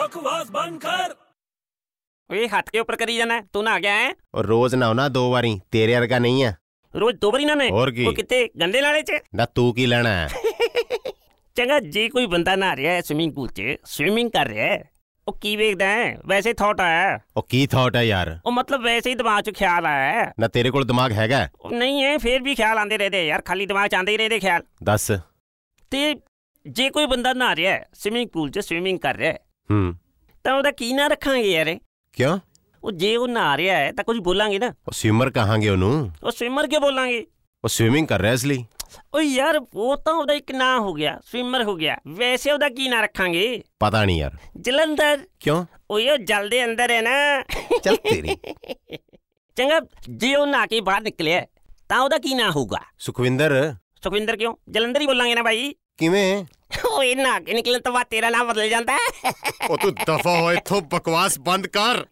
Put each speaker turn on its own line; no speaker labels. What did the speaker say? बकवास बंद कर
ਓਏ ਹੱਥ ਕੇ ਉੱਪਰ ਕਰੀ ਜਾਣਾ ਤੂੰ ਨਾ ਗਿਆ ਹੈ
ਔਰ ਰੋਜ਼ ਨਹਾਉਣਾ ਦੋ ਵਾਰੀ ਤੇਰੇ ਵਰਗਾ ਨਹੀਂ ਆ
ਰੋਜ਼ ਦੋ ਵਾਰੀ ਨਾ ਨੇ
ਹੋਰ ਕੀ?
ਉਹ ਕਿਤੇ ਗੰਦੇ ਨਾਲੇ 'ਚ
ਨਾ ਤੂੰ ਕੀ ਲੈਣਾ ਹੈ?
ਚੰਗਾ ਜੇ ਕੋਈ ਬੰਦਾ ਨਾ ਰਿਹਾ ਹੈ ਸਵਿਮਿੰਗ ਪੂਲ 'ਚ ਸਵਿਮਿੰਗ ਕਰ ਰਿਹਾ ਹੈ ਉਹ ਕੀ ਵੇਖਦਾ ਹੈ ਵੈਸੇ ਥਾਟ ਆਇਆ ਹੈ।
ਉਹ ਕੀ ਥਾਟ ਹੈ ਯਾਰ
ਉਹ ਮਤਲਬ ਵੈਸੇ ਹੀ ਦਿਮਾਗ 'ਚ ਖਿਆਲ ਆਇਆ ਹੈ
ਨਾ ਤੇਰੇ ਕੋਲ ਦਿਮਾਗ ਹੈਗਾ ਹੈ?
ਉਹ ਨਹੀਂ ਹੈ ਫੇਰ ਵੀ ਖਿਆਲ ਆਂਦੇ ਰਹਦੇ ਯਾਰ ਖਾਲੀ ਦਿਮਾਗ 'ਚ ਆਂਦੇ ਹੀ ਰਹਦੇ ਖਿਆਲ
ਦੱਸ
ਤੇ ਜੇ ਕੋਈ ਬੰਦਾ ਨਾ ਰਿਹਾ ਹੈ ਸਵਿਮਿੰਗ ਪੂਲ 'ਚ ਸਵਿਮਿੰਗ ਕਰ ਰਿਹਾ ਹੈ
ਹੂੰ
ਤਾਂ ਉਹਦਾ ਕੀ ਨਾ ਰੱਖਾਂਗੇ ਯਾਰ ਇਹ?
ਕਿਉਂ
ਉਹ ਜੇ ਉਹ ਨਾ ਰਿਹਾ ਹੈ ਤਾਂ ਕੁਝ ਬੋਲਾਂਗੇ ਨਾ
ਉਹ ਸਵਿਮਰ ਕਹਾਂਗੇ ਉਹਨੂੰ
ਉਹ ਸਵਿਮਰ ਕਿਉਂ ਬੋਲਾਂਗੇ
ਉਹ ਸਵਿਮਿੰਗ ਕਰ ਰਿਹਾ ਇਸ ਲਈ
ਓ ਯਾਰ ਉਹ ਤਾਂ ਉਹਦਾ ਇੱਕ ਨਾਂ ਹੋ ਗਿਆ ਸਵਿਮਰ ਹੋ ਗਿਆ ਵੈਸੇ ਉਹਦਾ ਕੀ ਨਾਂ ਰੱਖਾਂਗੇ
ਪਤਾ ਨਹੀਂ ਯਾਰ
ਜਲੰਧਰ
ਕਿਉਂ
ਓਏ ਉਹ ਜਲ ਦੇ ਅੰਦਰ ਹੈ ਨਾ
ਚੱਲ ਤੇਰੀ
ਚੰਗਾ ਜੇ ਉਹ ਨਹਾ ਕੇ ਬਾਹਰ ਨਿਕਲਿਆ ਤਾਂ ਉਹਦਾ ਕੀ ਨਾਂ ਹੋਊਗਾ
ਸੁਖਵਿੰਦਰ
ਸੁਖਵਿੰਦਰ ਕਿਉਂ ਜਲੰਧਰ ਹੀ ਬੋਲਾਂਗੇ ਨਾ ਭਾਈ
ਕਿਵੇਂ
ਓਏ ਨਹਾ ਕੇ ਨਿਕਲਣ ਤੋਂ ਬਾਅਦ ਤੇਰਾ ਨਾਂ ਬਦਲ ਜਾਂਦਾ ਹੈ।
ਉਹ ਤੂੰ ਦਫਾ ਹੋ ਇੱਥੋਂ ਬਕਵਾਸ ਬੰਦ ਕਰ